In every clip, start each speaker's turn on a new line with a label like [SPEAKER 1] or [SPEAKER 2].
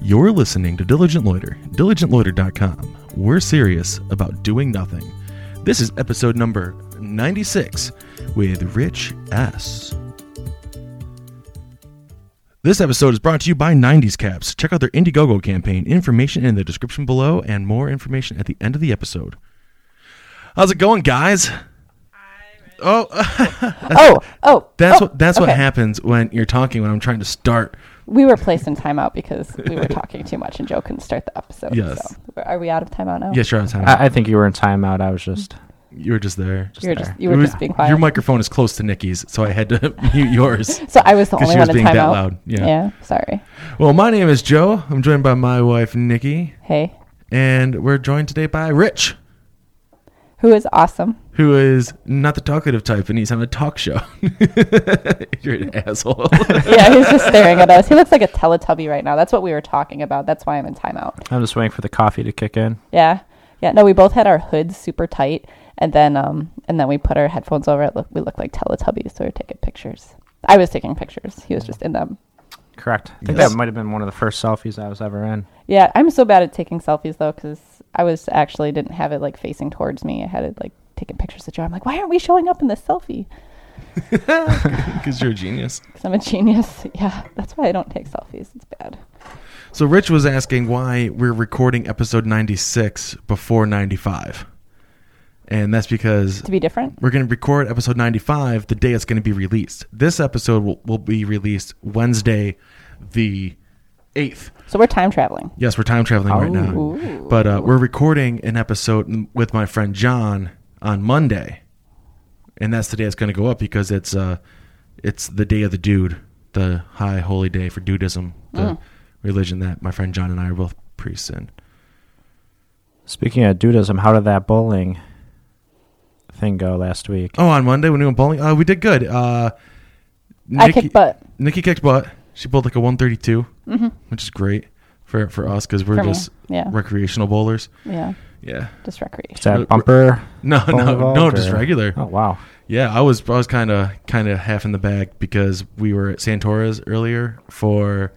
[SPEAKER 1] You're listening to Diligent Loiter, diligentloiter.com. We're serious about doing nothing. This is episode number 96 with Rich S. This episode is brought to you by 90s Caps. Check out their Indiegogo campaign. Information in the description below and more information at the end of the episode. How's it going, guys? Oh,
[SPEAKER 2] Oh, oh,
[SPEAKER 1] that's
[SPEAKER 2] oh,
[SPEAKER 1] what that's what
[SPEAKER 2] okay.
[SPEAKER 1] happens when you're talking when I'm trying to start.
[SPEAKER 2] We were placed in timeout because we were talking too much, and Joe couldn't start the episode.
[SPEAKER 1] Yes.
[SPEAKER 2] So, are we out of timeout now?
[SPEAKER 1] Yes, you're on time.
[SPEAKER 3] I, I think you were in timeout. I was just.
[SPEAKER 1] you were just there.
[SPEAKER 2] You were
[SPEAKER 3] there.
[SPEAKER 2] just you were
[SPEAKER 1] It was-
[SPEAKER 2] just being quiet.
[SPEAKER 1] Your microphone is close to Nikki's, so I had to mute yours.
[SPEAKER 2] so I was the
[SPEAKER 1] 'cause
[SPEAKER 2] only
[SPEAKER 1] she was
[SPEAKER 2] one in
[SPEAKER 1] being
[SPEAKER 2] timeout.
[SPEAKER 1] that loud, yeah.
[SPEAKER 2] Sorry.
[SPEAKER 1] Well, my name is Joe. I'm joined by my wife Nikki,
[SPEAKER 2] Hey,
[SPEAKER 1] and we're joined today by Rich,
[SPEAKER 2] who is awesome?
[SPEAKER 1] who is not the talkative type, and he's on a talk show. you're an asshole.
[SPEAKER 2] yeah, he's just staring at us. He looks like a Teletubby right now. That's what we were talking about. That's why I'm in timeout.
[SPEAKER 3] I'm just waiting for the coffee to kick in.
[SPEAKER 2] Yeah. Yeah. No, we both had our hoods super tight, and then um, and then we put our headphones over it. Look, we looked like Teletubbies, so we were taking pictures. I was taking pictures. He was just in them.
[SPEAKER 3] Correct. I think
[SPEAKER 1] Yes.
[SPEAKER 3] that might have been one of the first selfies I was ever in.
[SPEAKER 2] Yeah, I'm so bad at taking selfies though, because I was actually didn't have it like facing towards me. I had it like taking pictures of Joe. I'm like, why aren't we showing up in this selfie?
[SPEAKER 1] Because you're a genius.
[SPEAKER 2] Because I'm a genius. Yeah, that's why I don't take selfies. It's bad.
[SPEAKER 1] So Rich was asking why we're recording episode 96 before 95. And that's because
[SPEAKER 2] To be different.
[SPEAKER 1] we're going to record episode 95 the day it's going to be released. This episode will, will be released Wednesday, the 8th.
[SPEAKER 2] So we're time traveling.
[SPEAKER 1] Yes, we're time traveling right now.
[SPEAKER 2] Ooh.
[SPEAKER 1] But uh, we're recording an episode m- with my friend John on Monday. And that's the day it's going to go up because it's uh, it's the day of the dude, the high holy day for dudism, the
[SPEAKER 2] Oh.
[SPEAKER 1] religion that my friend John and I are both priests in.
[SPEAKER 3] Speaking of dudism, how did that bowling thing go last week?
[SPEAKER 1] Oh, on Monday when we went bowling, uh, we did good. Uh,
[SPEAKER 2] I kicked butt.
[SPEAKER 1] Nikki kicked butt. She bowled like a 132, which is great for, for us because we're
[SPEAKER 2] Mm-hmm. For me,
[SPEAKER 1] just
[SPEAKER 2] yeah.
[SPEAKER 1] recreational bowlers.
[SPEAKER 2] Yeah,
[SPEAKER 1] Yeah.
[SPEAKER 2] just
[SPEAKER 3] Is
[SPEAKER 2] recreation.
[SPEAKER 1] Uh,
[SPEAKER 3] that bumper?
[SPEAKER 1] No,
[SPEAKER 3] bowling
[SPEAKER 1] no,
[SPEAKER 3] involved,
[SPEAKER 1] no, just
[SPEAKER 3] or-
[SPEAKER 1] regular.
[SPEAKER 3] Oh wow.
[SPEAKER 1] Yeah, I was I was kind of kind of half in the bag because we were at Santora's earlier for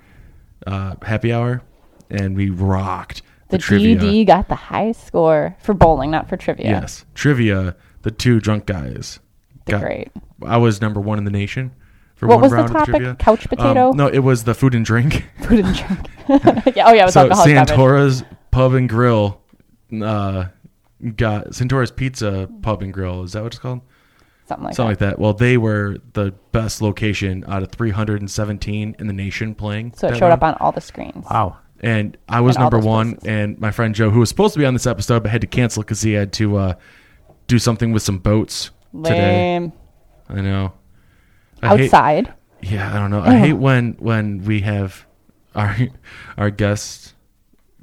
[SPEAKER 1] uh, happy hour, and we rocked the,
[SPEAKER 2] The,
[SPEAKER 1] trivia.
[SPEAKER 2] GD got the high score for bowling, not for trivia.
[SPEAKER 1] Yes, trivia. The two drunk guys.
[SPEAKER 2] The great.
[SPEAKER 1] I was number one in the nation. For
[SPEAKER 2] What
[SPEAKER 1] one
[SPEAKER 2] was the
[SPEAKER 1] round of
[SPEAKER 2] topic?
[SPEAKER 1] trivia. Um,
[SPEAKER 2] Couch potato?
[SPEAKER 1] no, it was the food and drink.
[SPEAKER 2] Food and drink. yeah, oh yeah, it was
[SPEAKER 1] so
[SPEAKER 2] alcohol.
[SPEAKER 1] Santora's Pub and Grill uh, got Santora's Pizza Pub and Grill. Is that what it's called?
[SPEAKER 2] Something like
[SPEAKER 1] Something
[SPEAKER 2] that.
[SPEAKER 1] like that. Well, they were the best location out of 317 in the nation playing.
[SPEAKER 2] So it
[SPEAKER 1] that Ah,
[SPEAKER 2] showed up
[SPEAKER 1] round.
[SPEAKER 2] on all the screens.
[SPEAKER 3] Wow.
[SPEAKER 1] And I was
[SPEAKER 2] and all
[SPEAKER 1] number
[SPEAKER 2] those
[SPEAKER 1] one,
[SPEAKER 2] places.
[SPEAKER 1] and my friend Joe, who was supposed to be on this episode but had to cancel because he had to uh, do something with some boats today.
[SPEAKER 2] Lame.
[SPEAKER 1] I know. I hate-
[SPEAKER 2] Outside.
[SPEAKER 1] yeah, I don't
[SPEAKER 2] Oh.
[SPEAKER 1] know. I hate when when we have our our guests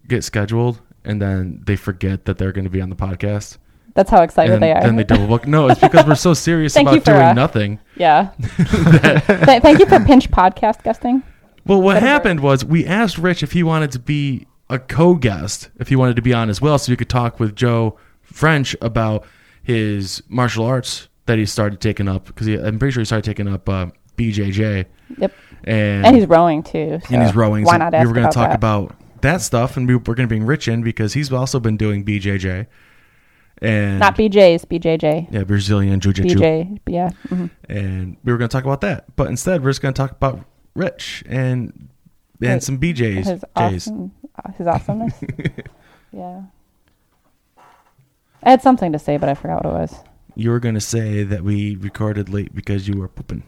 [SPEAKER 1] get scheduled and then they forget that they're going to be on the podcast.
[SPEAKER 2] that's how excited
[SPEAKER 1] And
[SPEAKER 2] they are.
[SPEAKER 1] then they double book. No, it's because we're so serious
[SPEAKER 2] Thank you
[SPEAKER 1] about
[SPEAKER 2] for,
[SPEAKER 1] doing
[SPEAKER 2] uh,
[SPEAKER 1] nothing.
[SPEAKER 2] Yeah. Th- thank you for pinch podcast guesting.
[SPEAKER 1] Well, what
[SPEAKER 2] Better word.
[SPEAKER 1] happened was we asked Rich if he wanted to be a co-guest, if he wanted to be on as well, so he could talk with Joe French about his martial arts that he started taking up. Because I'm pretty sure he started taking up uh, BJJ,
[SPEAKER 2] Yep.
[SPEAKER 1] and,
[SPEAKER 2] And he's rowing too. so
[SPEAKER 1] and he's rowing.
[SPEAKER 2] Why
[SPEAKER 1] so
[SPEAKER 2] not
[SPEAKER 1] we
[SPEAKER 2] ask
[SPEAKER 1] were gonna
[SPEAKER 2] about
[SPEAKER 1] talk
[SPEAKER 2] that?
[SPEAKER 1] about that stuff, and we were going to bring Rich in because he's also been doing BJJ and
[SPEAKER 2] not BJ's BJJ
[SPEAKER 1] yeah Brazilian Jiu-Jitsu
[SPEAKER 2] BJ yeah mhm.
[SPEAKER 1] and we were going to talk about that. But instead, we're just going to talk about Rich and and
[SPEAKER 2] His-
[SPEAKER 1] some BJ's.
[SPEAKER 2] his
[SPEAKER 1] J's.
[SPEAKER 2] awesome uh, his awesomeness yeah. I had something to say, but I forgot what it was.
[SPEAKER 1] You were going to say that we recorded late because you were pooping.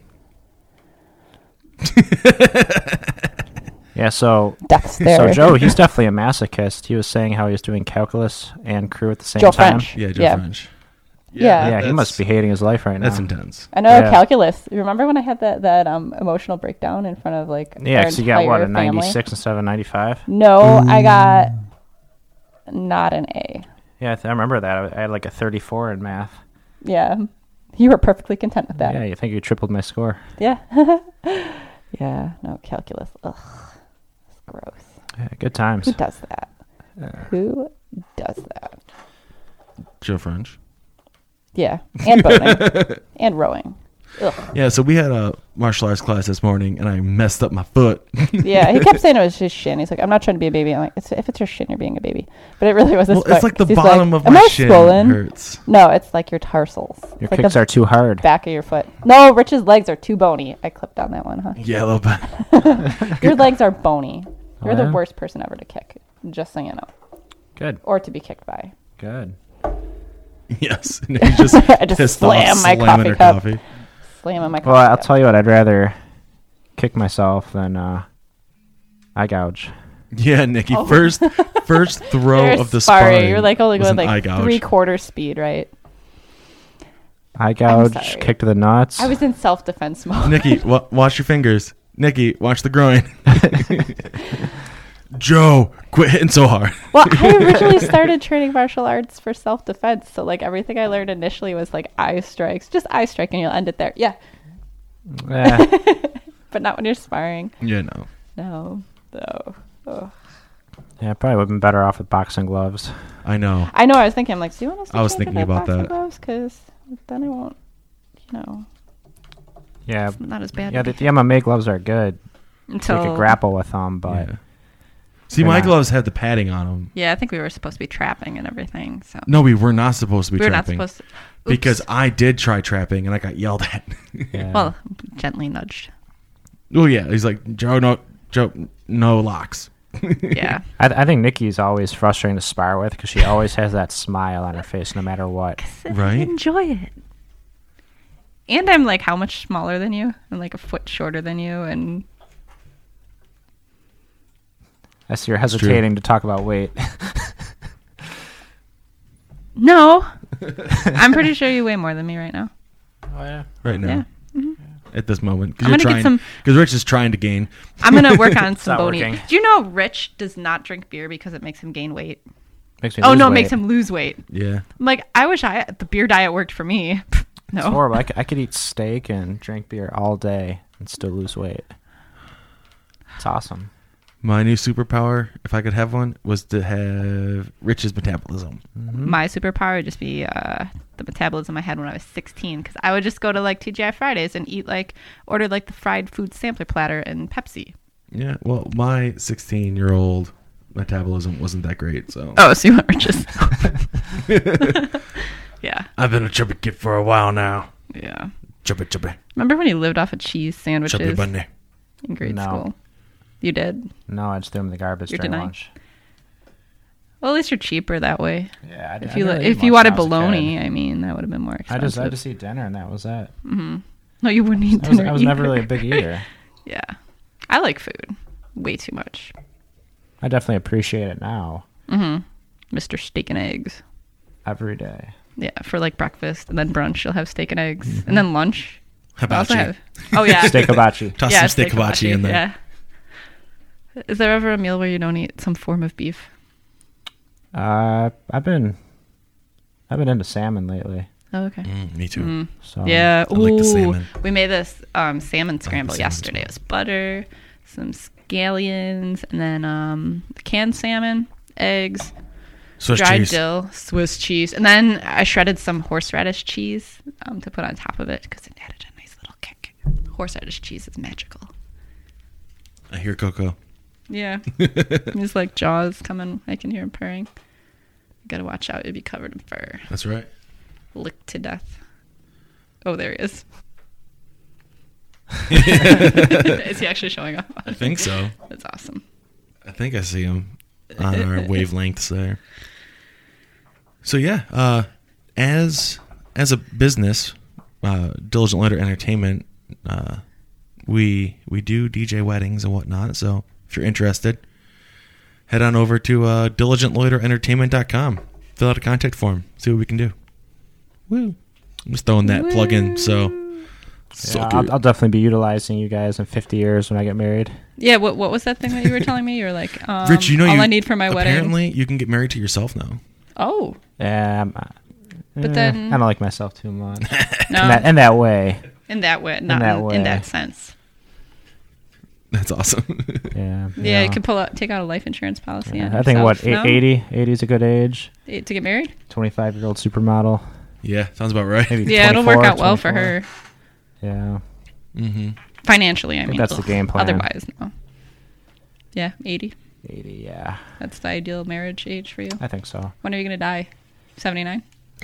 [SPEAKER 3] Yeah. So.
[SPEAKER 2] Death stare.
[SPEAKER 3] So Joe, he's definitely a masochist. He was saying how he was doing calculus and crew at the same
[SPEAKER 2] Joe
[SPEAKER 3] time.
[SPEAKER 2] French.
[SPEAKER 1] Yeah, Joe
[SPEAKER 2] Yeah.
[SPEAKER 1] French.
[SPEAKER 2] Yeah. Uh,
[SPEAKER 3] Yeah, he
[SPEAKER 1] that's-
[SPEAKER 3] must be hating his life right now.
[SPEAKER 1] That's intense.
[SPEAKER 2] I know
[SPEAKER 3] Yeah.
[SPEAKER 2] calculus. Remember when I had that that um, emotional breakdown in front of like
[SPEAKER 3] Yeah,
[SPEAKER 2] our
[SPEAKER 3] because you got what a
[SPEAKER 2] entire family?
[SPEAKER 3] 96 and 795.
[SPEAKER 2] No, I got
[SPEAKER 1] Mm.
[SPEAKER 2] not an A.
[SPEAKER 3] Yeah, I, th- I remember that. I, I had like a 34 in math.
[SPEAKER 2] Yeah. You were perfectly content with that.
[SPEAKER 3] Yeah, you think you tripled my score?
[SPEAKER 2] Yeah. yeah. No calculus. Ugh. It's gross.
[SPEAKER 3] Yeah, good times.
[SPEAKER 2] Who does that? Who does that?
[SPEAKER 1] Joe French.
[SPEAKER 2] Yeah. And boating. and rowing. Ugh.
[SPEAKER 1] Yeah, so we had a martial arts class this morning, and I messed up my foot.
[SPEAKER 2] Yeah, he kept saying it was his shin. He's like, I'm not trying to be a baby. I'm like, it's, if it's your shin, you're being a baby. But it really was his
[SPEAKER 1] well, it's
[SPEAKER 2] foot,
[SPEAKER 1] like the
[SPEAKER 2] 'cause he's
[SPEAKER 1] bottom
[SPEAKER 2] like,
[SPEAKER 1] of
[SPEAKER 2] Am
[SPEAKER 1] my
[SPEAKER 2] I
[SPEAKER 1] shin
[SPEAKER 2] swollen?
[SPEAKER 1] hurts.
[SPEAKER 2] No, it's like your tarsals.
[SPEAKER 3] Your
[SPEAKER 2] it's like
[SPEAKER 3] kicks
[SPEAKER 2] the
[SPEAKER 3] are too hard.
[SPEAKER 2] back of your foot. No, Rich's legs are too bony. I clipped on that one, huh?
[SPEAKER 1] Yeah, a little bit.
[SPEAKER 2] Your legs are bony. You're
[SPEAKER 3] Oh,
[SPEAKER 2] the
[SPEAKER 3] yeah?
[SPEAKER 2] worst person ever to kick. Just so you know,
[SPEAKER 3] Good.
[SPEAKER 2] or to be kicked by.
[SPEAKER 3] Good.
[SPEAKER 1] Yes, and he just
[SPEAKER 2] I just
[SPEAKER 1] pissed
[SPEAKER 2] slam
[SPEAKER 1] off,
[SPEAKER 2] my
[SPEAKER 1] slamming
[SPEAKER 2] coffee
[SPEAKER 1] her
[SPEAKER 2] cup.
[SPEAKER 1] coffee.
[SPEAKER 2] Slam on my.
[SPEAKER 3] Well, I'll tell you what. I'd rather kick myself than uh, eye gouge.
[SPEAKER 1] Yeah, Nikki, first first throw
[SPEAKER 2] Oh. You're
[SPEAKER 1] of the
[SPEAKER 2] sorry.
[SPEAKER 1] spine.
[SPEAKER 2] You're like only
[SPEAKER 1] was
[SPEAKER 2] going
[SPEAKER 1] an eye
[SPEAKER 2] like
[SPEAKER 1] gouge.
[SPEAKER 2] three quarter speed, right?
[SPEAKER 3] Eye gouge,
[SPEAKER 2] sorry.
[SPEAKER 3] kick to the nuts.
[SPEAKER 2] I was in self defense mode.
[SPEAKER 1] Nikki, wa- watch your fingers. Nikki, watch the groin. Joe, quit hitting so hard.
[SPEAKER 2] Well, I originally started training martial arts for self defense, so like everything I learned initially was like eye strikes, just eye strike, and you'll end it there. Yeah,
[SPEAKER 3] Eh,
[SPEAKER 2] but not when you're sparring.
[SPEAKER 1] Yeah, no.
[SPEAKER 2] No, no. Ugh.
[SPEAKER 3] yeah, probably would have been better off with boxing gloves.
[SPEAKER 1] I know.
[SPEAKER 2] I know. I was thinking, I'm like, do you want us to
[SPEAKER 1] I was
[SPEAKER 2] change
[SPEAKER 1] thinking
[SPEAKER 2] to
[SPEAKER 1] about
[SPEAKER 2] boxing
[SPEAKER 1] that.
[SPEAKER 2] gloves? Because then I won't, you know,
[SPEAKER 3] Yeah,
[SPEAKER 2] not as bad.
[SPEAKER 3] yeah. The, the MMA gloves are good. So you
[SPEAKER 2] until
[SPEAKER 3] could grapple with them, but
[SPEAKER 1] Yeah. See,
[SPEAKER 3] They're
[SPEAKER 1] my
[SPEAKER 3] not-
[SPEAKER 1] gloves had the padding on them.
[SPEAKER 2] Yeah, I think we were supposed to be trapping and everything. So
[SPEAKER 1] No, we were not supposed to be
[SPEAKER 2] we were not
[SPEAKER 1] trapping
[SPEAKER 2] supposed to. Oops.
[SPEAKER 1] because I did try trapping and I got yelled at.
[SPEAKER 3] yeah.
[SPEAKER 2] well, gently nudged.
[SPEAKER 1] oh yeah, he's like Joe, no, Joe, no locks.
[SPEAKER 2] Yeah,
[SPEAKER 3] I, I think Nikki's always frustrating to spar with because she always has that smile on her face no matter what.
[SPEAKER 1] Right?
[SPEAKER 2] Enjoy it. And I'm like, how much smaller than you? I'm like a foot shorter than you, and
[SPEAKER 3] I see you're
[SPEAKER 1] It's true.
[SPEAKER 3] hesitating to talk about weight.
[SPEAKER 2] no, I'm pretty sure you weigh more than me right now.
[SPEAKER 3] Oh yeah.
[SPEAKER 1] right now.
[SPEAKER 2] Yeah. Mm-hmm.
[SPEAKER 1] At this moment, because
[SPEAKER 2] I'm
[SPEAKER 1] you're
[SPEAKER 2] gonna
[SPEAKER 1] trying,
[SPEAKER 2] get
[SPEAKER 1] because Rich is trying to gain.
[SPEAKER 2] I'm gonna work on
[SPEAKER 3] not
[SPEAKER 2] some bony.
[SPEAKER 3] working.
[SPEAKER 2] Do you know Rich does not drink beer because it makes him gain weight?
[SPEAKER 3] Makes me
[SPEAKER 2] oh
[SPEAKER 3] lose
[SPEAKER 2] no, it
[SPEAKER 3] weight.
[SPEAKER 2] makes him lose weight.
[SPEAKER 1] Yeah,
[SPEAKER 2] I'm like, I wish I the beer diet worked for me.
[SPEAKER 3] It's
[SPEAKER 2] no,
[SPEAKER 3] horrible. I could, I could eat steak and drink beer all day and still lose weight. It's awesome.
[SPEAKER 1] my new superpower, if I could have one, was to have Rich's metabolism.
[SPEAKER 2] my superpower would just be uh, the metabolism I had when I was 16 because I would just go to like TGI Fridays and eat like order like the fried food sampler platter and Pepsi.
[SPEAKER 1] Yeah, well, my 16 year old metabolism wasn't that great, so
[SPEAKER 2] Oh, so you want riches? yeah,
[SPEAKER 1] I've been a chubby kid for a while now.
[SPEAKER 2] yeah.
[SPEAKER 1] Chubby, chubby,
[SPEAKER 2] Remember when you lived off of cheese
[SPEAKER 1] chubby
[SPEAKER 2] sandwiches
[SPEAKER 1] bunny.
[SPEAKER 2] in grade
[SPEAKER 3] No.
[SPEAKER 2] school? You did.
[SPEAKER 3] No, I just threw him in the garbage
[SPEAKER 2] You're
[SPEAKER 3] during
[SPEAKER 2] denying-
[SPEAKER 3] lunch.
[SPEAKER 2] Well, at least you're cheaper that way.
[SPEAKER 3] Yeah, I,
[SPEAKER 2] If you li- if you wanted bologna, I mean, that would have been more
[SPEAKER 3] I
[SPEAKER 2] expensive.
[SPEAKER 3] just I just eat dinner and that was it.
[SPEAKER 2] no, you wouldn't eat
[SPEAKER 3] I was,
[SPEAKER 2] dinner.
[SPEAKER 3] I was never
[SPEAKER 2] either.
[SPEAKER 3] really a big eater.
[SPEAKER 2] Yeah, I like food way too much.
[SPEAKER 3] I definitely appreciate it now
[SPEAKER 2] Mr. Steak and eggs.
[SPEAKER 3] every day.
[SPEAKER 2] Yeah, for like breakfast and then brunch, you'll have steak and eggs,
[SPEAKER 1] Mm-hmm.
[SPEAKER 2] and then lunch.
[SPEAKER 1] How
[SPEAKER 2] I
[SPEAKER 1] about
[SPEAKER 2] also
[SPEAKER 1] you?
[SPEAKER 2] have. Oh yeah,
[SPEAKER 3] Steak hibachi.
[SPEAKER 1] Toss
[SPEAKER 2] yeah,
[SPEAKER 1] some steak hibachi in there.
[SPEAKER 2] Yeah. Is there ever a meal where you don't eat some form of beef?
[SPEAKER 3] Uh, I've been I've been into salmon lately.
[SPEAKER 2] Oh, okay.
[SPEAKER 1] Mm, me too.
[SPEAKER 2] Mm-hmm.
[SPEAKER 3] So
[SPEAKER 2] yeah.
[SPEAKER 1] I like the
[SPEAKER 2] ooh,
[SPEAKER 1] salmon.
[SPEAKER 2] We made this um, salmon scramble
[SPEAKER 1] salmon
[SPEAKER 2] yesterday.
[SPEAKER 1] scramble.
[SPEAKER 2] It was butter, some scallions, and then um, canned salmon, eggs,
[SPEAKER 1] Swiss
[SPEAKER 2] dried
[SPEAKER 1] cheese.
[SPEAKER 2] dill, Swiss cheese, and then I shredded some horseradish cheese um, to put on top of it because it added a nice little kick. Horseradish cheese is magical.
[SPEAKER 1] I hear Coco.
[SPEAKER 2] Yeah. He's like jaws coming. I can hear him purring. You gotta watch out. You'll be covered in fur.
[SPEAKER 1] That's right.
[SPEAKER 2] Licked to death. Oh, there he is. is he actually showing up?
[SPEAKER 1] I think so.
[SPEAKER 2] That's awesome.
[SPEAKER 1] I think I see him on our wavelengths there. So yeah, uh, as as a business, uh, Diligent Letter Entertainment, uh, we we do DJ weddings and whatnot. So if you're interested, head on over to uh, diligentloiterentertainment.com. Fill out a contact form. See what we can do. Woo! I'm just throwing that plug in. So,
[SPEAKER 3] yeah,
[SPEAKER 1] Suck it.
[SPEAKER 3] I'll, I'll definitely be utilizing you guys in 50 years when I get married.
[SPEAKER 2] Yeah. What What was that thing that you were telling me? You were like, um,
[SPEAKER 1] Rich, you know
[SPEAKER 2] all
[SPEAKER 1] you,
[SPEAKER 2] I need for my wedding.
[SPEAKER 1] Apparently, you can get married to yourself now.
[SPEAKER 2] Oh
[SPEAKER 3] Um, but
[SPEAKER 2] then-
[SPEAKER 3] I don't like myself too much.
[SPEAKER 2] no,
[SPEAKER 3] in, that, in that way.
[SPEAKER 2] in that way, not in
[SPEAKER 3] that
[SPEAKER 2] in,
[SPEAKER 3] way.
[SPEAKER 2] that sense.
[SPEAKER 1] That's awesome.
[SPEAKER 3] Yeah.
[SPEAKER 2] Yeah, you could pull out, take out a life insurance policy.
[SPEAKER 3] Yeah,
[SPEAKER 2] on
[SPEAKER 3] I think what
[SPEAKER 2] yourself,
[SPEAKER 3] eight-
[SPEAKER 2] no?
[SPEAKER 3] 80? 80 is a good age.
[SPEAKER 2] Eight to get married.
[SPEAKER 3] Twenty-five year old supermodel.
[SPEAKER 1] yeah, sounds about right.
[SPEAKER 3] Maybe
[SPEAKER 2] Yeah, it'll work
[SPEAKER 3] 24,
[SPEAKER 2] out well for
[SPEAKER 3] 24.
[SPEAKER 2] her.
[SPEAKER 3] Yeah.
[SPEAKER 1] Mm-hmm.
[SPEAKER 2] Financially, I
[SPEAKER 3] think
[SPEAKER 2] mean.
[SPEAKER 3] that's the game plan.
[SPEAKER 2] Otherwise, no. Yeah, 80.
[SPEAKER 3] 80, yeah.
[SPEAKER 2] That's the ideal marriage age for you.
[SPEAKER 3] I think so.
[SPEAKER 2] When are you going to die? 79?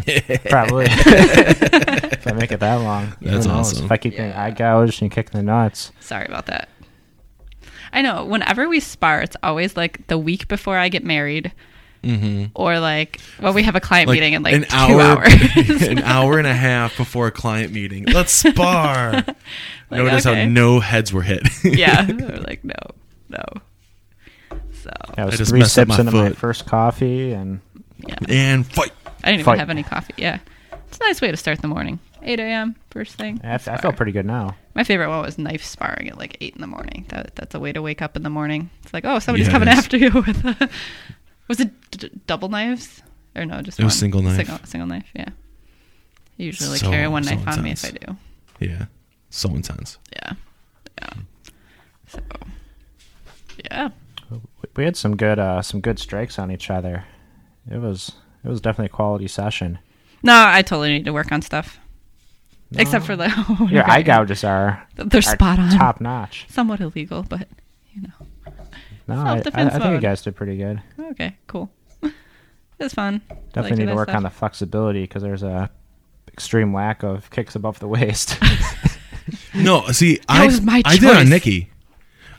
[SPEAKER 3] Probably. if I make it that long. Who
[SPEAKER 1] That's
[SPEAKER 3] knows?
[SPEAKER 1] awesome.
[SPEAKER 3] If I keep getting eye gouged and kicking the nuts.
[SPEAKER 2] Sorry about that. I know. Whenever we spar, it's always like the week before I get married,
[SPEAKER 1] Mm-hmm.
[SPEAKER 2] or like well, we have a client meeting in like
[SPEAKER 1] an
[SPEAKER 2] two
[SPEAKER 1] hour,
[SPEAKER 2] hours.
[SPEAKER 1] an hour and a half before a client meeting. Let's spar. Notice
[SPEAKER 2] okay.
[SPEAKER 1] how no heads were hit.
[SPEAKER 2] yeah, we're like no, no. So
[SPEAKER 3] That was
[SPEAKER 1] just
[SPEAKER 3] three
[SPEAKER 1] messed up
[SPEAKER 3] sips
[SPEAKER 1] my
[SPEAKER 3] into my
[SPEAKER 1] foot.
[SPEAKER 3] first coffee and
[SPEAKER 2] yeah,
[SPEAKER 1] and fight.
[SPEAKER 2] I didn't
[SPEAKER 3] Fight.
[SPEAKER 2] even have any coffee. Yeah, it's a nice way to start the morning. 8 a.m. first thing.
[SPEAKER 3] I, I
[SPEAKER 2] Spar.
[SPEAKER 3] feel pretty good now.
[SPEAKER 2] My favorite one was knife sparring at like eight in the morning. That that's a way to wake up in the morning. It's like oh somebody's coming
[SPEAKER 1] Yes.
[SPEAKER 2] after you with a, was it d- d- double knives or no just
[SPEAKER 1] It was
[SPEAKER 2] one?
[SPEAKER 1] single knife.
[SPEAKER 2] single, single knife yeah. I usually
[SPEAKER 1] So-
[SPEAKER 2] carry one
[SPEAKER 1] so
[SPEAKER 2] knife on me if I
[SPEAKER 1] intense.
[SPEAKER 2] do.
[SPEAKER 1] Yeah, so intense.
[SPEAKER 2] Yeah, yeah. So yeah,
[SPEAKER 3] We had some good uh, some good strikes on each other. It was it was definitely a quality session.
[SPEAKER 2] no, I totally need to work on stuff. Except for the
[SPEAKER 3] Your eye gouges are
[SPEAKER 2] They're spot on.
[SPEAKER 3] top notch.
[SPEAKER 2] Somewhat illegal, but you know.
[SPEAKER 3] No, I, I, I
[SPEAKER 2] Self-defense
[SPEAKER 3] think you
[SPEAKER 2] mode.
[SPEAKER 3] guys did pretty good.
[SPEAKER 2] Okay, cool. it was fun. I like
[SPEAKER 3] Definitely need
[SPEAKER 2] that
[SPEAKER 3] to work
[SPEAKER 2] stuff.
[SPEAKER 3] on the flexibility because there's a extreme lack of kicks above the waist.
[SPEAKER 1] No, see, I
[SPEAKER 2] was my
[SPEAKER 1] I did it on
[SPEAKER 2] choice.
[SPEAKER 1] Nikki.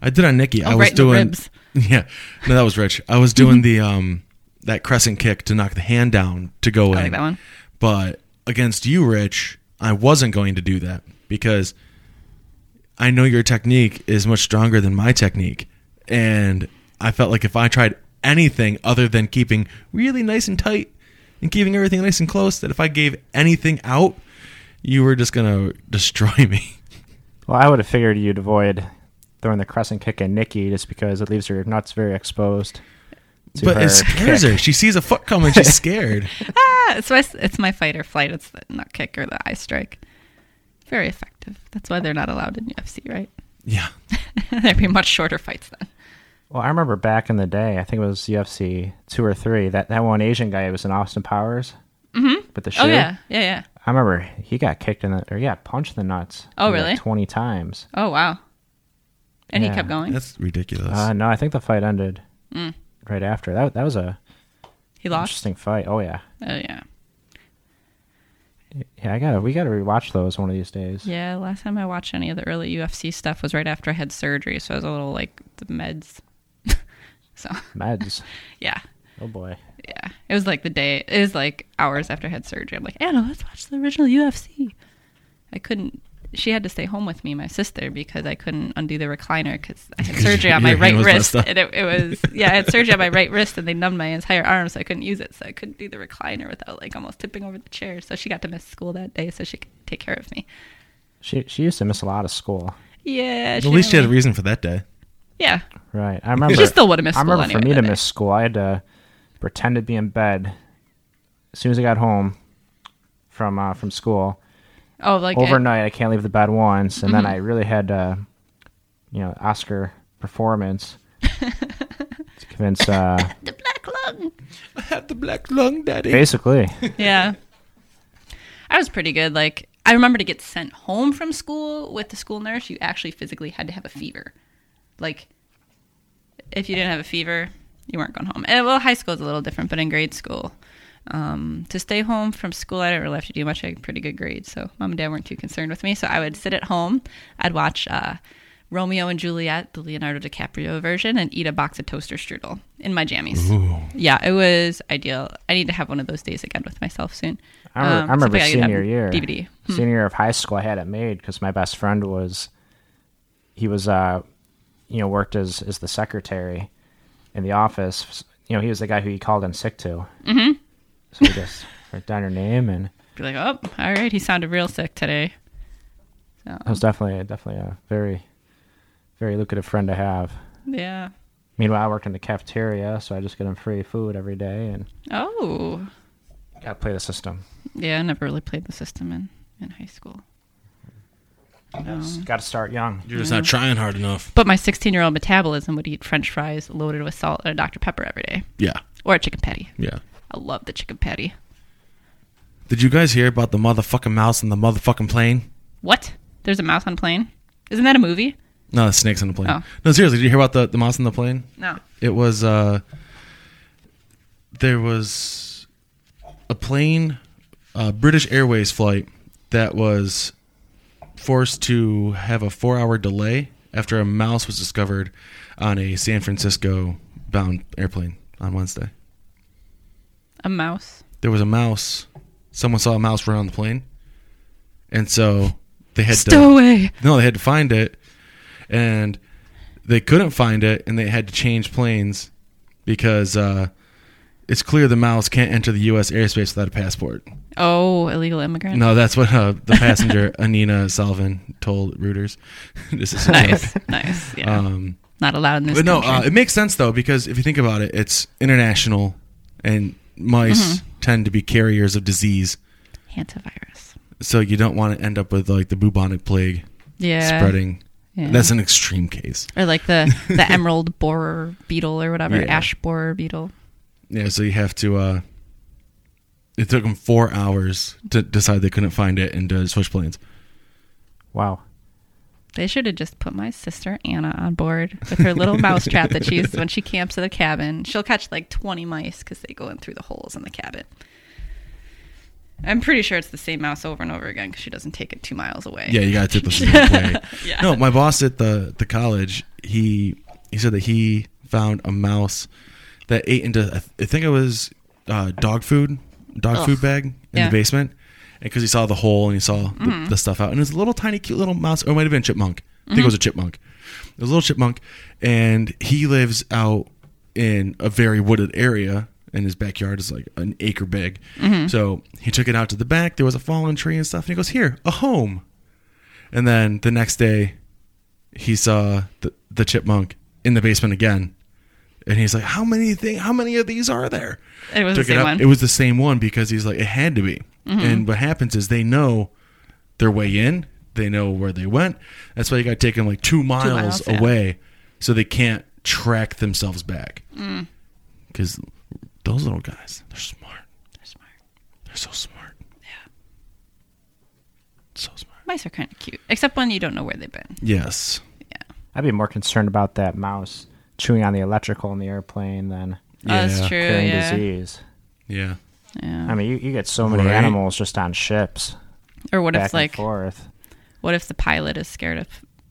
[SPEAKER 1] I did it on Nikki. I
[SPEAKER 2] Oh,
[SPEAKER 1] was
[SPEAKER 2] right in the
[SPEAKER 1] doing
[SPEAKER 2] ribs. Mm-hmm.
[SPEAKER 1] yeah. No, that was Rich. I was doing the um that crescent kick to knock the hand down to go in.
[SPEAKER 2] I like that one.
[SPEAKER 1] But against you, Rich, I wasn't going to do that because I know your technique is much stronger than my technique. And I felt like if I tried anything other than keeping really nice and tight and keeping everything nice and close, that if I gave anything out, you were just going to destroy me.
[SPEAKER 3] well, I would have figured you'd avoid throwing the crescent kick at Nikki just because it leaves her nuts very exposed. to
[SPEAKER 1] but
[SPEAKER 3] her
[SPEAKER 1] it scares
[SPEAKER 3] kick.
[SPEAKER 1] her. She sees a foot coming. She's scared.
[SPEAKER 2] Ah, it's my, it's my fight or flight. It's the nut kick or the eye strike. Very effective. That's why they're not allowed in UFC, right?
[SPEAKER 1] yeah.
[SPEAKER 2] There'd be much shorter fights then.
[SPEAKER 3] Well, I remember back in the day, I think it was UFC two or three. That that one Asian guy who was in Austin Powers. Mm-hmm. But the shoe.
[SPEAKER 2] Oh yeah, yeah, yeah.
[SPEAKER 3] I remember he got kicked in the or yeah punched in the nuts.
[SPEAKER 2] Oh,
[SPEAKER 3] like
[SPEAKER 2] really?
[SPEAKER 3] Twenty times.
[SPEAKER 2] Oh wow. And
[SPEAKER 3] Yeah.
[SPEAKER 2] he kept going.
[SPEAKER 1] That's ridiculous.
[SPEAKER 3] Uh, no, I think the fight ended
[SPEAKER 2] Mm.
[SPEAKER 3] right after that. That was a
[SPEAKER 2] He lost.
[SPEAKER 3] interesting fight. Oh yeah,
[SPEAKER 2] Oh yeah.
[SPEAKER 3] yeah. I gotta we gotta rewatch those one of these days.
[SPEAKER 2] Yeah, last time I watched any of the early UFC stuff was right after I had surgery, so I was a little like the meds. so
[SPEAKER 3] Meds.
[SPEAKER 2] yeah,
[SPEAKER 3] Oh boy.
[SPEAKER 2] yeah, it was like the day. It was like hours after I had surgery. I'm like, Anna, let's watch the original UFC. I couldn't. She had to stay home with me, my sister, because I couldn't undo the recliner because I had surgery on my
[SPEAKER 1] Your hand
[SPEAKER 2] right
[SPEAKER 1] was
[SPEAKER 2] wrist,
[SPEAKER 1] messed up.
[SPEAKER 2] and it, it was yeah, I had surgery on my right wrist, and they numbed my entire arm, so I couldn't use it, so I couldn't do the recliner without like almost tipping over the chair. So she got to miss school that day, so she could take care of me.
[SPEAKER 3] She she used to miss a lot of school.
[SPEAKER 2] Yeah,
[SPEAKER 1] At least she had a
[SPEAKER 2] only-
[SPEAKER 1] reason for that day.
[SPEAKER 2] yeah.
[SPEAKER 3] Right. I remember.
[SPEAKER 2] She still would have missed
[SPEAKER 3] I
[SPEAKER 2] school
[SPEAKER 3] remember
[SPEAKER 2] anyway.
[SPEAKER 3] for me to
[SPEAKER 2] that day.
[SPEAKER 3] miss school, I had to pretend to be in bed as soon as I got home from uh, from school.
[SPEAKER 2] Oh, like it-
[SPEAKER 3] Overnight, I can't leave the bed once, and then
[SPEAKER 2] Mm-hmm.
[SPEAKER 3] I really had to, you know, Oscar performance to convince. Uh,
[SPEAKER 2] the black lung.
[SPEAKER 1] I had the black lung, daddy.
[SPEAKER 3] basically,
[SPEAKER 2] Yeah, I was pretty good. Like I remember to get sent home from school with the school nurse. You actually physically had to have a fever. Like if you didn't have a fever, you weren't going home. And, well, high school is a little different, but in grade school. Um, to stay home from school, I didn't really have to do much. I had pretty good grades, so mom and dad weren't too concerned with me. So I would sit at home. I'd watch uh, Romeo and Juliet, the Leonardo DiCaprio version, and eat a box of toaster strudel in my jammies. Yeah, it was ideal. I need to have one of those days again with myself soon.
[SPEAKER 3] I remember,
[SPEAKER 2] Um,
[SPEAKER 3] I remember
[SPEAKER 2] something could have
[SPEAKER 3] senior year,
[SPEAKER 2] DVD.
[SPEAKER 3] senior year of high school. I had it made because my best friend was, he was, uh, you know, worked as as the secretary in the office. You know, he was the guy who he called in sick to. Mm-hmm. So we just wrote down her name, and
[SPEAKER 2] Be like, oh, all right, he sounded real sick today. So
[SPEAKER 3] that was definitely definitely a very, very lucrative friend to have.
[SPEAKER 2] yeah.
[SPEAKER 3] Meanwhile, I worked in the cafeteria, so I just get him free food every day and
[SPEAKER 2] Oh
[SPEAKER 3] got to play the system.
[SPEAKER 2] yeah, I never really played the system in in high school.
[SPEAKER 3] Got to start young.
[SPEAKER 1] You're just not trying hard enough.
[SPEAKER 2] But my 16 year old metabolism would eat French fries loaded with salt and a Dr Pepper every day,
[SPEAKER 1] Yeah.
[SPEAKER 2] or a chicken patty.
[SPEAKER 1] Yeah.
[SPEAKER 2] I love the chicken patty.
[SPEAKER 1] Did you guys hear about the motherfucking mouse and the motherfucking plane?
[SPEAKER 2] What? There's a mouse on a plane. Isn't that a movie?
[SPEAKER 1] No, the snakes on the plane.
[SPEAKER 2] Oh.
[SPEAKER 1] No, seriously, did you hear about the, the mouse on the plane?
[SPEAKER 2] No.
[SPEAKER 1] It was uh there was a plane, a British Airways flight that was forced to have a 4-hour delay after a mouse was discovered on a San Francisco bound airplane on Wednesday.
[SPEAKER 2] A mouse.
[SPEAKER 1] There was a mouse. Someone saw a mouse run on the plane. And so they had to
[SPEAKER 2] Stowaway.
[SPEAKER 1] No, they had to find it, and they couldn't find it, and they had to change planes because uh, it's clear the mouse can't enter the U.S. airspace without a passport.
[SPEAKER 2] Oh, illegal immigrant.
[SPEAKER 1] No, that's what uh, the passenger Anina Salvin told Reuters. this is a joke.
[SPEAKER 2] Nice. nice. Yeah.
[SPEAKER 1] Um,
[SPEAKER 2] Not allowed in this
[SPEAKER 1] but no,
[SPEAKER 2] country.
[SPEAKER 1] uh, it makes sense though because if you think about it, it's international, and mice
[SPEAKER 2] Mm-hmm.
[SPEAKER 1] tend to be carriers of disease, uh,
[SPEAKER 2] Hantavirus.
[SPEAKER 1] so you don't want to end up with like the bubonic plague
[SPEAKER 2] Yeah.
[SPEAKER 1] spreading.
[SPEAKER 2] Yeah.
[SPEAKER 1] That's an extreme case.
[SPEAKER 2] or like the the emerald borer beetle or whatever
[SPEAKER 1] Yeah.
[SPEAKER 2] ash borer beetle.
[SPEAKER 1] Yeah, so you have to. uh It took them four hours to decide they couldn't find it and to switch planes.
[SPEAKER 3] Wow.
[SPEAKER 2] They should have just put my sister Anna on board with her little mouse trap that she uses when she camps at a cabin. She'll catch like 20 mice because they go in through the holes in the cabin. I'm pretty sure it's the same mouse over and over again because she doesn't take it two miles away.
[SPEAKER 1] Yeah, you got to tip the way.
[SPEAKER 2] Yeah.
[SPEAKER 1] No, my boss at the the college, he he said that he found a mouse that ate into I think it was uh, dog food, dog
[SPEAKER 2] Ugh.
[SPEAKER 1] food bag in
[SPEAKER 2] Yeah. Mm-hmm.
[SPEAKER 1] the basement, and because he saw the hole and he saw the, the stuff out, and it was a little tiny, cute little mouse. Or it might have been a chipmunk. I think it was a chipmunk. It was a little chipmunk, and he lives out in a very wooded area. And his backyard is like an acre big.
[SPEAKER 2] Mm-hmm.
[SPEAKER 1] So he took it out to the back. There was a fallen tree and stuff. And he goes, Here, a home. And then the next day, he saw the, the chipmunk in the basement again, and he's like, "How many thing? How many of these are there?"
[SPEAKER 2] It was the
[SPEAKER 1] it
[SPEAKER 2] same
[SPEAKER 1] up.
[SPEAKER 2] one. Mm-hmm.
[SPEAKER 1] It was the same one because he's like, "It had to be." And what happens is they know their way in. They know where they went. That's why you got to take them like two miles,
[SPEAKER 2] miles, yeah.
[SPEAKER 1] away, so they can't track themselves back.
[SPEAKER 2] Mm.
[SPEAKER 1] Because those little guys, they're smart.
[SPEAKER 2] They're smart.
[SPEAKER 1] They're so smart.
[SPEAKER 2] Yeah.
[SPEAKER 1] So smart.
[SPEAKER 2] Mice are kind of cute, except when you don't know where they've been.
[SPEAKER 1] Yes.
[SPEAKER 2] Yeah.
[SPEAKER 3] I'd be more concerned about that mouse chewing on the electrical in the airplane than
[SPEAKER 2] Oh, that's
[SPEAKER 1] Yeah.
[SPEAKER 2] true.
[SPEAKER 3] carrying
[SPEAKER 2] Yeah.
[SPEAKER 3] disease.
[SPEAKER 1] Yeah.
[SPEAKER 2] yeah.
[SPEAKER 3] I mean, you, you get so many
[SPEAKER 1] Right.
[SPEAKER 3] animals just on ships
[SPEAKER 2] Or what
[SPEAKER 3] back
[SPEAKER 2] if like
[SPEAKER 3] and forth.
[SPEAKER 2] what if the pilot is scared of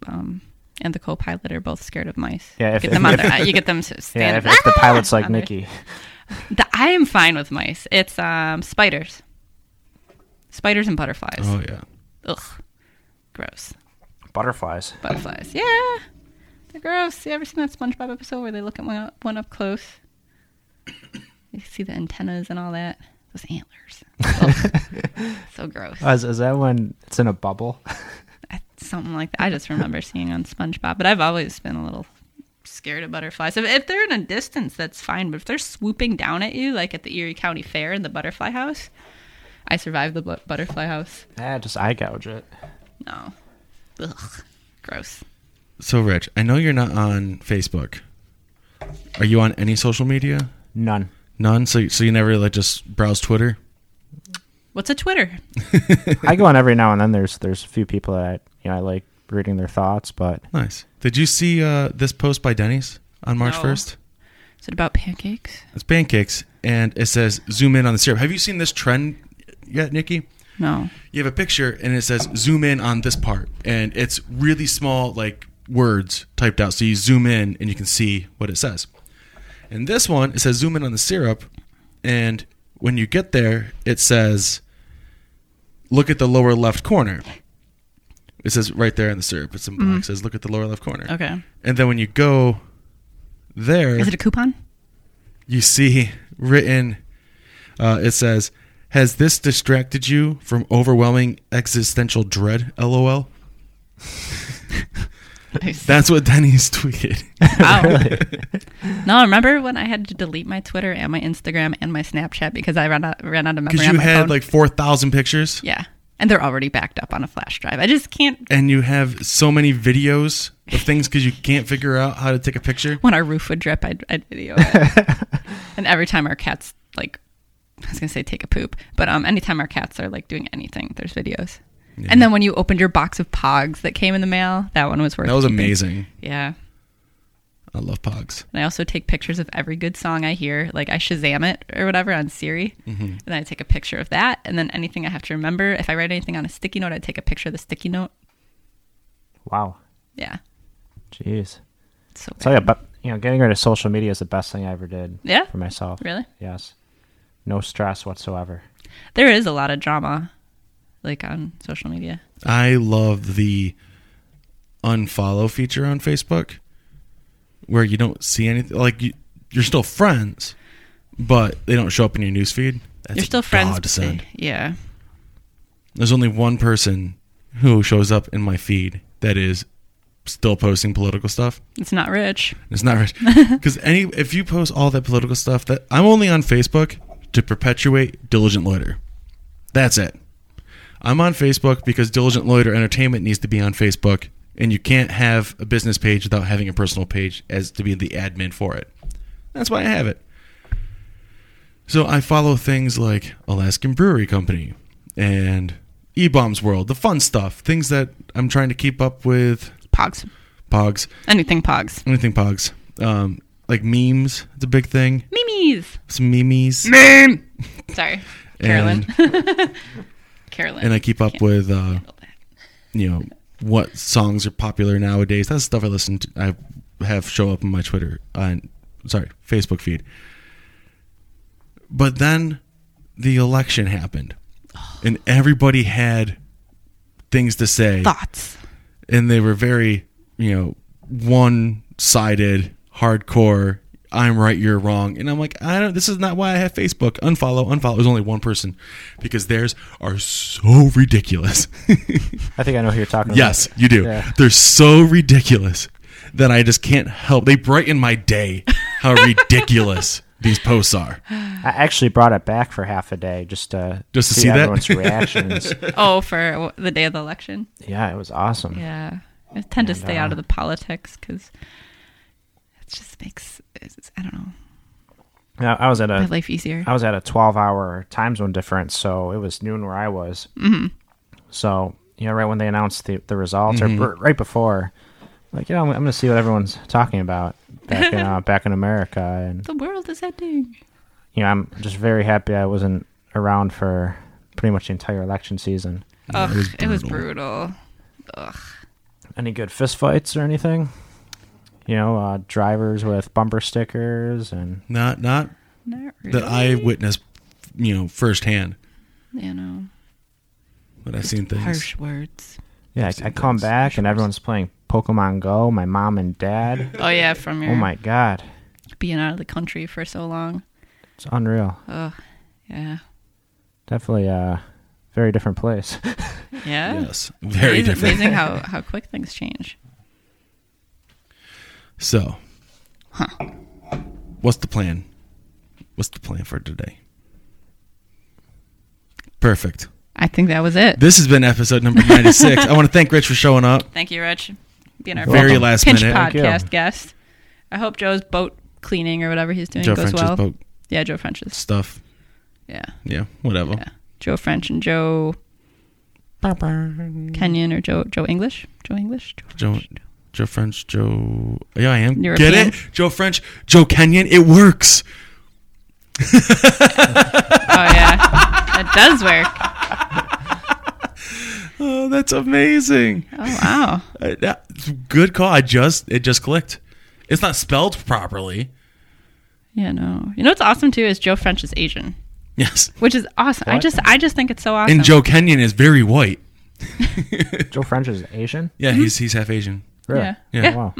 [SPEAKER 2] um and the co-pilot are both scared of mice?
[SPEAKER 3] Yeah, if-
[SPEAKER 2] get
[SPEAKER 3] if-
[SPEAKER 2] them on their, you get them to stand. Ah!
[SPEAKER 3] Yeah, if, if the pilot's like
[SPEAKER 2] on their-
[SPEAKER 3] Nikki,
[SPEAKER 2] The- I am fine with mice. It's um, spiders. Spiders and butterflies.
[SPEAKER 1] Oh yeah.
[SPEAKER 2] Ugh. Gross.
[SPEAKER 3] butterflies.
[SPEAKER 2] Butterflies. Yeah. They're gross. You ever seen that SpongeBob episode where they look at one up, one up close? You see the antennas and all that. Those antlers. Ugh. so gross.
[SPEAKER 3] Oh, is, is that when it's in a bubble?
[SPEAKER 2] I- Something like that. I just remember seeing on SpongeBob, but I've always been a little scared of butterflies. If, if they're in a distance, that's fine. But if they're swooping down at you, like at the Erie County Fair in the butterfly house, I survived the bu- butterfly house.
[SPEAKER 3] Yeah, just eye gouge it.
[SPEAKER 2] No. Ugh. Gross.
[SPEAKER 1] So, Rich, I know you're not on Facebook. Are you on any social media?
[SPEAKER 3] None.
[SPEAKER 1] None. So, so you never like just browse Twitter.
[SPEAKER 2] What's a Twitter?
[SPEAKER 3] I go on every now and then. There's there's a few people that I, you know I like reading their thoughts, but
[SPEAKER 1] Nice. Did you see uh, this post by Denny's on March
[SPEAKER 2] No.
[SPEAKER 1] first?
[SPEAKER 2] Is it about pancakes?
[SPEAKER 1] It's pancakes, and it says "zoom in on the syrup." Have you seen this trend yet, Nikki?
[SPEAKER 2] No.
[SPEAKER 1] You have a picture, and it says "zoom in on this part," and it's really small, like words typed out. So you zoom in, and you can see what it says. And this one, it says "zoom in on the syrup," and when you get there, it says, "Look at the lower left corner." It says right there in the syrup. It's in black. It says, "Look at the lower left corner."
[SPEAKER 2] Mm-hmm. Okay.
[SPEAKER 1] And then when you go there,
[SPEAKER 2] Is it a coupon?
[SPEAKER 1] you see written uh, it says has this distracted you from overwhelming existential dread lol
[SPEAKER 2] Nice.
[SPEAKER 1] that's what denny's tweeted
[SPEAKER 2] Wow. no, remember when I had to delete my Twitter and my Instagram and my Snapchat because I ran out ran out of memory
[SPEAKER 1] because
[SPEAKER 2] on
[SPEAKER 1] you
[SPEAKER 2] my
[SPEAKER 1] had
[SPEAKER 2] phone?
[SPEAKER 1] like 4000 pictures
[SPEAKER 2] yeah. And they're already backed up on a flash drive. I just can't
[SPEAKER 1] and you have so many videos of things because you can't figure out how to take a picture
[SPEAKER 2] when our roof would drip, I'd, I'd video it. and every time our cats like, I was gonna say take a poop, but um, anytime our cats are like doing anything, there's videos. And then when you opened your box of pogs that came in the mail, that one was worth.
[SPEAKER 1] That was
[SPEAKER 2] keeping.
[SPEAKER 1] amazing.
[SPEAKER 2] Yeah.
[SPEAKER 1] I love Pogs.
[SPEAKER 2] And I also take pictures of every good song I hear. Like I Shazam it or whatever on Siri.
[SPEAKER 1] Mm-hmm.
[SPEAKER 2] And then I take a picture of that. And then anything I have to remember, if I write anything on a sticky note, I take a picture of the sticky note.
[SPEAKER 3] Wow.
[SPEAKER 2] Yeah.
[SPEAKER 3] Jeez.
[SPEAKER 2] It's so
[SPEAKER 3] So
[SPEAKER 2] bad.
[SPEAKER 3] yeah, but you know, getting rid of social media is the best thing I ever did.
[SPEAKER 2] Yeah?
[SPEAKER 3] For myself.
[SPEAKER 2] Really?
[SPEAKER 3] Yes. No stress whatsoever.
[SPEAKER 2] There is a lot of drama like on social media.
[SPEAKER 1] I love the unfollow feature on Facebook where you don't see anything. Like, you, you're still friends, but they don't show up in your newsfeed. That's
[SPEAKER 2] You're
[SPEAKER 1] a
[SPEAKER 2] still friends. but
[SPEAKER 1] godsend.
[SPEAKER 2] they- Yeah.
[SPEAKER 1] There's only one person who shows up in my feed that is still posting political stuff.
[SPEAKER 2] It's not rich.
[SPEAKER 1] It's not rich because any if you post all that political stuff that I'm only on Facebook to perpetuate diligent loiter. That's it. I'm on Facebook because diligent loiter entertainment needs to be on Facebook, and you can't have a business page without having a personal page as to be the admin for it. That's why I have it. So I follow things like Alaskan Brewery Company and E Bombs World, the fun stuff, things that I'm trying to keep up with.
[SPEAKER 2] Pogs.
[SPEAKER 1] Pogs
[SPEAKER 2] Anything pogs.
[SPEAKER 1] anything pogs um like memes it's a big thing
[SPEAKER 2] Mimi's.
[SPEAKER 1] some memes
[SPEAKER 2] Meme. Sorry. Carolyn. Carolyn.
[SPEAKER 1] and i keep up with uh
[SPEAKER 2] handle that.
[SPEAKER 1] you know what songs are popular nowadays that's the stuff i listen to i have show up on my twitter on sorry facebook feed but then the election happened and everybody had things to say
[SPEAKER 2] Thoughts.
[SPEAKER 1] and they were very you know one sided hardcore i'm right you're wrong and i'm like i don't this is not why i have facebook unfollow unfollow there's only one person because theirs are so ridiculous
[SPEAKER 3] I think I know who you're talking
[SPEAKER 1] yes
[SPEAKER 3] about.
[SPEAKER 1] you do
[SPEAKER 3] Yeah.
[SPEAKER 1] they're so ridiculous that i just can't help they brighten my day how ridiculous these posts are
[SPEAKER 3] I actually brought it back for half a day just to
[SPEAKER 1] Just to see that?
[SPEAKER 3] everyone's reactions.
[SPEAKER 2] Oh, for w- the day of the election.
[SPEAKER 3] yeah, it was awesome.
[SPEAKER 2] Yeah, I tend to stay out
[SPEAKER 1] uh,
[SPEAKER 2] of the politics because it just makes it's, I don't know
[SPEAKER 3] Now, I was at
[SPEAKER 1] Uh,
[SPEAKER 2] my
[SPEAKER 3] a
[SPEAKER 2] life easier.
[SPEAKER 3] I was at a 12 hour time zone difference, so it was noon where I was. Mm-hmm. So, you know, right when they announced the, the results
[SPEAKER 1] Mm-hmm.
[SPEAKER 3] or b- right before, like, you know, I'm, I'm going to see what everyone's talking about back in, uh, back in America. And,
[SPEAKER 2] The world is ending.
[SPEAKER 3] you know, I'm just very happy I wasn't around for pretty much the entire election season.
[SPEAKER 2] Ugh,
[SPEAKER 1] was
[SPEAKER 2] it was brutal. Ugh.
[SPEAKER 3] Any good fistfights or anything? You know, uh, drivers with bumper stickers and
[SPEAKER 1] not not
[SPEAKER 2] Not really.
[SPEAKER 1] that i witnessed you know firsthand
[SPEAKER 2] you know,
[SPEAKER 1] but i've seen things
[SPEAKER 2] harsh words.
[SPEAKER 3] yeah, I, I come back and everyone's playing Pokemon Go. My mom and dad.
[SPEAKER 2] Oh yeah, from your
[SPEAKER 3] oh my god,
[SPEAKER 2] being out of the country for so long.
[SPEAKER 3] it's unreal.
[SPEAKER 2] Yeah,
[SPEAKER 3] Definitely a very different place.
[SPEAKER 2] yeah.
[SPEAKER 1] yes very
[SPEAKER 2] It's
[SPEAKER 1] different
[SPEAKER 2] amazing how how quick things change.
[SPEAKER 1] So, what's the plan? What's the plan for today? Perfect.
[SPEAKER 2] I think that was it.
[SPEAKER 1] This has been episode number 96. I want to thank Rich for showing up.
[SPEAKER 2] Thank you, Rich, being our
[SPEAKER 1] Very
[SPEAKER 2] first
[SPEAKER 1] last
[SPEAKER 2] pinch
[SPEAKER 1] minute.
[SPEAKER 3] Thank you.
[SPEAKER 2] podcast guest. I hope Joe's boat cleaning or whatever he's doing
[SPEAKER 1] Joe
[SPEAKER 2] goes
[SPEAKER 1] French's
[SPEAKER 2] well.
[SPEAKER 1] boat
[SPEAKER 2] Yeah, Joe French's.
[SPEAKER 1] stuff.
[SPEAKER 2] Yeah.
[SPEAKER 1] Yeah, whatever.
[SPEAKER 2] Yeah. Joe French and Joe Kenyon or Joe Joe English. Joe English. Joe.
[SPEAKER 1] Joe,
[SPEAKER 2] French.
[SPEAKER 1] Joe French, Joe. Yeah, I am.
[SPEAKER 2] European.
[SPEAKER 1] Get it? Joe French, Joe Kenyon. It works.
[SPEAKER 2] Oh yeah, that does work.
[SPEAKER 1] Oh, that's amazing.
[SPEAKER 2] Oh wow.
[SPEAKER 1] Uh, that- Good call. I just it just clicked. It's not spelled properly.
[SPEAKER 2] Yeah no. You know what's awesome too is Joe French is Asian,
[SPEAKER 1] Yes.
[SPEAKER 2] which is awesome. I
[SPEAKER 3] What?
[SPEAKER 2] just I just think it's so awesome.
[SPEAKER 1] And Joe Kenyon is very white.
[SPEAKER 3] Joe French is Asian.
[SPEAKER 1] Yeah, he's he's half Asian.
[SPEAKER 3] Really? Oh,
[SPEAKER 2] Yeah.
[SPEAKER 1] Yeah.
[SPEAKER 2] Yeah.
[SPEAKER 3] Wow.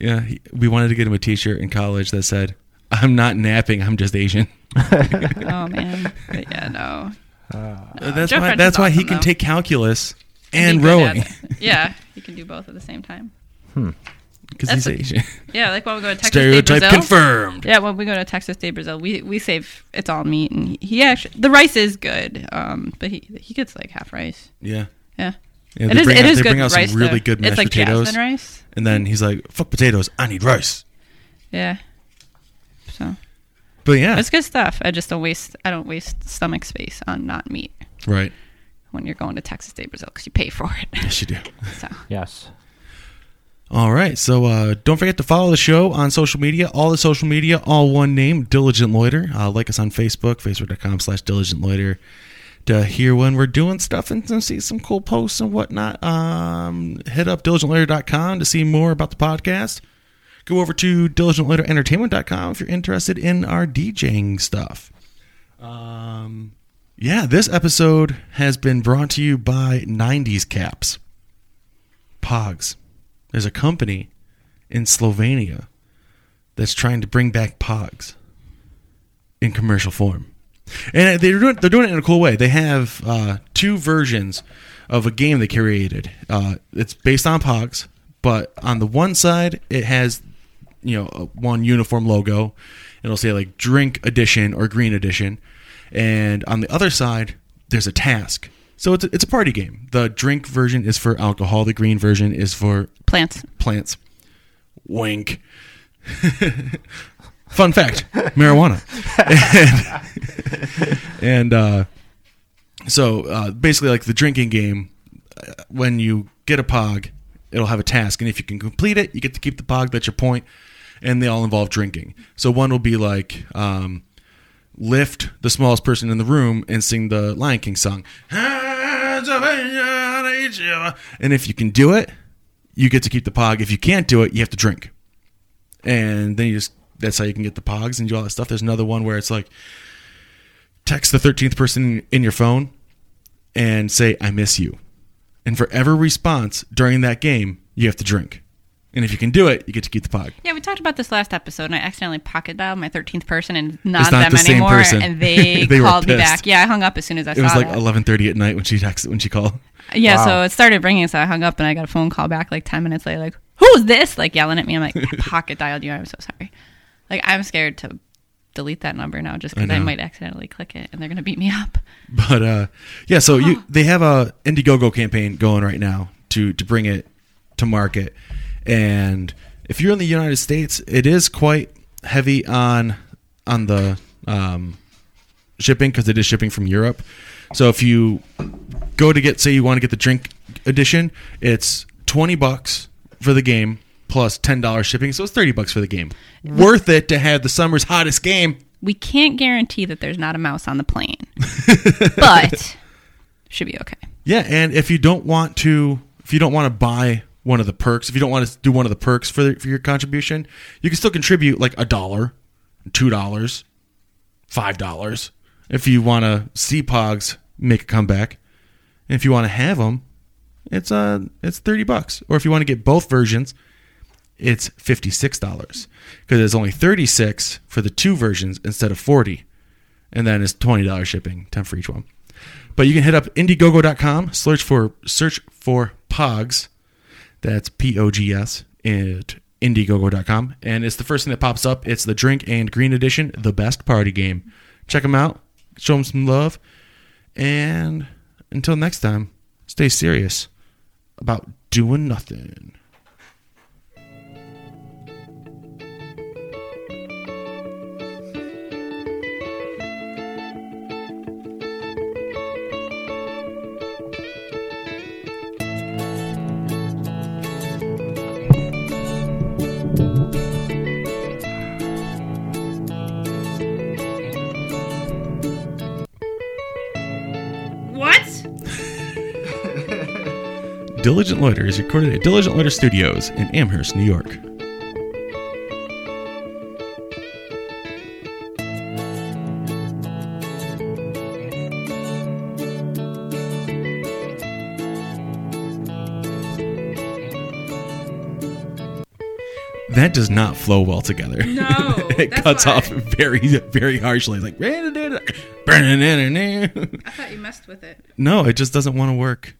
[SPEAKER 1] Yeah, he, we wanted to get him a T-shirt in college that said, "I'm not napping. I'm just Asian."
[SPEAKER 2] Oh man. But yeah no.
[SPEAKER 1] Uh, that's
[SPEAKER 2] Joe
[SPEAKER 1] why.
[SPEAKER 2] French
[SPEAKER 1] That's
[SPEAKER 2] is
[SPEAKER 1] why he
[SPEAKER 2] awesome,
[SPEAKER 1] can
[SPEAKER 2] though.
[SPEAKER 1] take calculus and
[SPEAKER 2] Be good at
[SPEAKER 1] rowing
[SPEAKER 2] it. Yeah, you can do both at the same time.
[SPEAKER 1] because he's
[SPEAKER 2] That's a-
[SPEAKER 1] Asian.
[SPEAKER 2] Yeah, like when we go to Texas Day
[SPEAKER 1] Stereotype
[SPEAKER 2] Brazil.
[SPEAKER 1] confirmed.
[SPEAKER 2] Yeah, when we go to Texas Day Brazil, we we save it's all meat, and he, he actually the rice is good, um, but he he gets like half rice.
[SPEAKER 1] Yeah.
[SPEAKER 2] Yeah,
[SPEAKER 1] Yeah,
[SPEAKER 2] it is
[SPEAKER 1] bring
[SPEAKER 2] it
[SPEAKER 1] out,
[SPEAKER 2] is
[SPEAKER 1] they
[SPEAKER 2] good
[SPEAKER 1] bring out
[SPEAKER 2] rice.
[SPEAKER 1] some really
[SPEAKER 2] though.
[SPEAKER 1] good mashed
[SPEAKER 2] it's like
[SPEAKER 1] potatoes,
[SPEAKER 2] jasmine rice.
[SPEAKER 1] and then he's like, "Fuck potatoes. I need rice."
[SPEAKER 2] Yeah, so
[SPEAKER 1] But yeah,
[SPEAKER 2] it's good stuff. I just don't waste I don't waste stomach space on not meat.
[SPEAKER 1] right.
[SPEAKER 2] when you're going to Texas State Brazil because you pay for it.
[SPEAKER 1] Yes, you do.
[SPEAKER 2] so
[SPEAKER 3] Yes.
[SPEAKER 1] All right. So uh, don't forget to follow the show on social media. All the social media, all one name, Diligent Loiter. Uh, like us on Facebook, facebook.com slash Diligent Loiter to hear when we're doing stuff and to see some cool posts and whatnot. Um, head up diligentloiter.com to see more about the podcast. Go over to diligentloiterentertainment.com if you're interested in our DJing stuff. Um, yeah, this episode has been brought to you by 90s Caps. Pogs. There's a company in Slovenia that's trying to bring back Pogs in commercial form, and they're doing they're doing it in a cool way. They have uh, two versions of a game they created. Uh, it's based on Pogs, but on the one side it has you know a- one uniform logo. It'll say like Drink Edition or Green Edition, and on the other side there's a task. So it's a, it's a party game. The drink version is for alcohol. The green version is for
[SPEAKER 2] plants.
[SPEAKER 1] plants. Wink. Fun fact: marijuana. and and uh, so uh, basically, like the drinking game, uh, when you get a pog, it'll have a task, and if you can complete it, you get to keep the pog. That's your point, and they all involve drinking. So one will be like. Um, lift the smallest person in the room and sing the Lion King song. And if you can do it, you get to keep the pog. If you can't do it, you have to drink. And then you just that's how you can get the pogs and do all that stuff. There's another one where it's like text the 13th person in your phone and say I miss you. And for every response during that game, you have to drink. And if you can do it, you get to keep the pog.
[SPEAKER 2] Yeah, we talked about this last episode, and I accidentally pocket dialed my 13th person and not,
[SPEAKER 1] It's not
[SPEAKER 2] them
[SPEAKER 1] the same
[SPEAKER 2] anymore,
[SPEAKER 1] person.
[SPEAKER 2] and they,
[SPEAKER 1] They were
[SPEAKER 2] called me
[SPEAKER 1] pissed.
[SPEAKER 2] back. Yeah, I hung up as soon as I
[SPEAKER 1] It
[SPEAKER 2] saw
[SPEAKER 1] was like
[SPEAKER 2] that.
[SPEAKER 1] 11:30 at night when she texted when she called.
[SPEAKER 2] Yeah, so
[SPEAKER 3] Wow.
[SPEAKER 2] it started ringing, so I hung up and I got a phone call back like 10 minutes later, like, who's this? Like yelling at me. I'm like, I pocket dialed you. I'm so sorry. Like, I'm scared to delete that number now just because
[SPEAKER 1] I
[SPEAKER 2] I,
[SPEAKER 1] know.
[SPEAKER 2] might accidentally click it and they're going to beat me up.
[SPEAKER 1] But uh, yeah, so you they have a Indiegogo campaign going right now to to bring it to market, and if you're in the United States, it is quite heavy on on the um, shipping because it is shipping from Europe. So if you go to get say you want to get the drink edition, it's twenty bucks for the game plus ten dollars shipping, so it's thirty bucks for the game. Worth it to have the summer's hottest game.
[SPEAKER 2] We can't guarantee that there's not a mouse on the plane, but should be okay.
[SPEAKER 1] Yeah, and if you don't want to, if you don't want to buy one of the perks, if you don't want to do one of the perks for for your contribution, you can still contribute like a dollar, two dollars, five dollars. If you want to see Pogs make a comeback, and if you want to have them, it's uh it's thirty bucks. Or if you want to get both versions, it's fifty six dollars because it's only thirty six for the two versions instead of forty, and then it's twenty dollars shipping, ten for each one. But you can hit up indiegogo.com, search for search for Pogs. That's P O G S at indiegogo.com and it's the first thing that pops up. It's the Drink and Green Edition, the best party game. Check them out, show them some love, and until next time, stay serious about doing nothing.
[SPEAKER 2] What?
[SPEAKER 1] Diligent Loiter is recorded at Diligent Loiter Studios in Amherst, New York. That does not flow well together.
[SPEAKER 2] No,
[SPEAKER 1] it
[SPEAKER 2] that's
[SPEAKER 1] cuts
[SPEAKER 2] why.
[SPEAKER 1] off very, very harshly. Like,
[SPEAKER 2] I thought you messed with it.
[SPEAKER 1] no, it just doesn't want to work.